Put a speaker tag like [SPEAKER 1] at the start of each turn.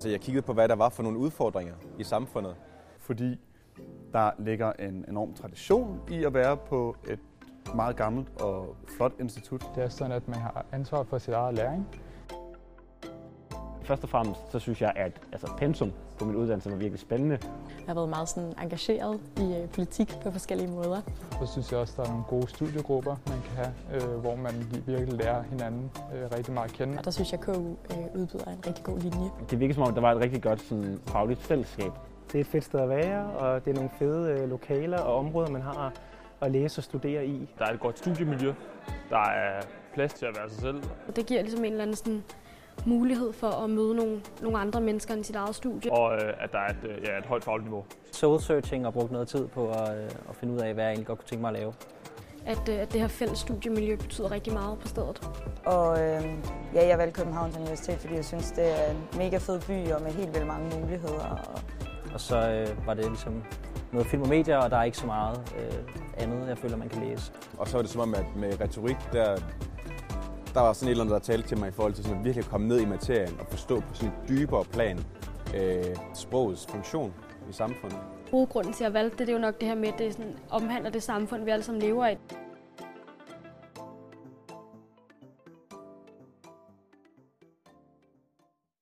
[SPEAKER 1] Så jeg kiggede på, hvad der var for nogle udfordringer i samfundet.
[SPEAKER 2] fordi der ligger en enorm tradition i at være på et meget gammelt og flot institut.
[SPEAKER 3] Det er sådan, at man har ansvar for sit eget læring.
[SPEAKER 4] Først og fremmest så synes jeg, at altså, pensum på min uddannelse var virkelig spændende.
[SPEAKER 5] Jeg har været meget sådan engageret i øh, politik på forskellige måder.
[SPEAKER 3] Og så synes jeg også, at der er nogle gode studiegrupper, man kan have, øh, hvor man virkelig lærer hinanden øh, rigtig meget at kende.
[SPEAKER 5] Og der synes jeg, at KU øh, udbyder en rigtig god linje.
[SPEAKER 4] Det virkede som om, der var et rigtig godt sådan, fagligt fællesskab.
[SPEAKER 6] Det er et fedt sted at være, og det er nogle fede øh, lokaler og områder, man har at læse og studere i.
[SPEAKER 7] Der er et godt studiemiljø. Der er plads til at være sig selv.
[SPEAKER 8] Og det giver ligesom en eller anden sådan mulighed for at møde nogle, nogle andre mennesker end sit eget studie.
[SPEAKER 7] Og øh, at der er et, øh, ja, et højt fagligt niveau.
[SPEAKER 9] soul searching og brugt noget tid på at, øh, at finde ud af, hvad jeg egentlig godt kunne tænke mig at lave.
[SPEAKER 8] At, øh, at det her fælles studiemiljø betyder rigtig meget på stedet.
[SPEAKER 10] Og øh, ja, jeg valgte Københavns Universitet, fordi jeg synes, det er en mega fed by og med helt vildt mange muligheder. Og
[SPEAKER 9] Og så øh, var det ligesom noget film og medier, og der er ikke så meget øh, andet, jeg føler, man kan læse.
[SPEAKER 1] Og så var det som om, at med retorik, der, der var sådan et eller andet, der talte til mig i forhold til sådan at virkelig komme ned i materien og forstå på sådan et dybere plan øh, sprogets funktion i samfundet.
[SPEAKER 8] Hovedgrunden til, at jeg valgte det, det er jo nok det her med, at det sådan, omhandler det samfund, vi alle sammen lever i.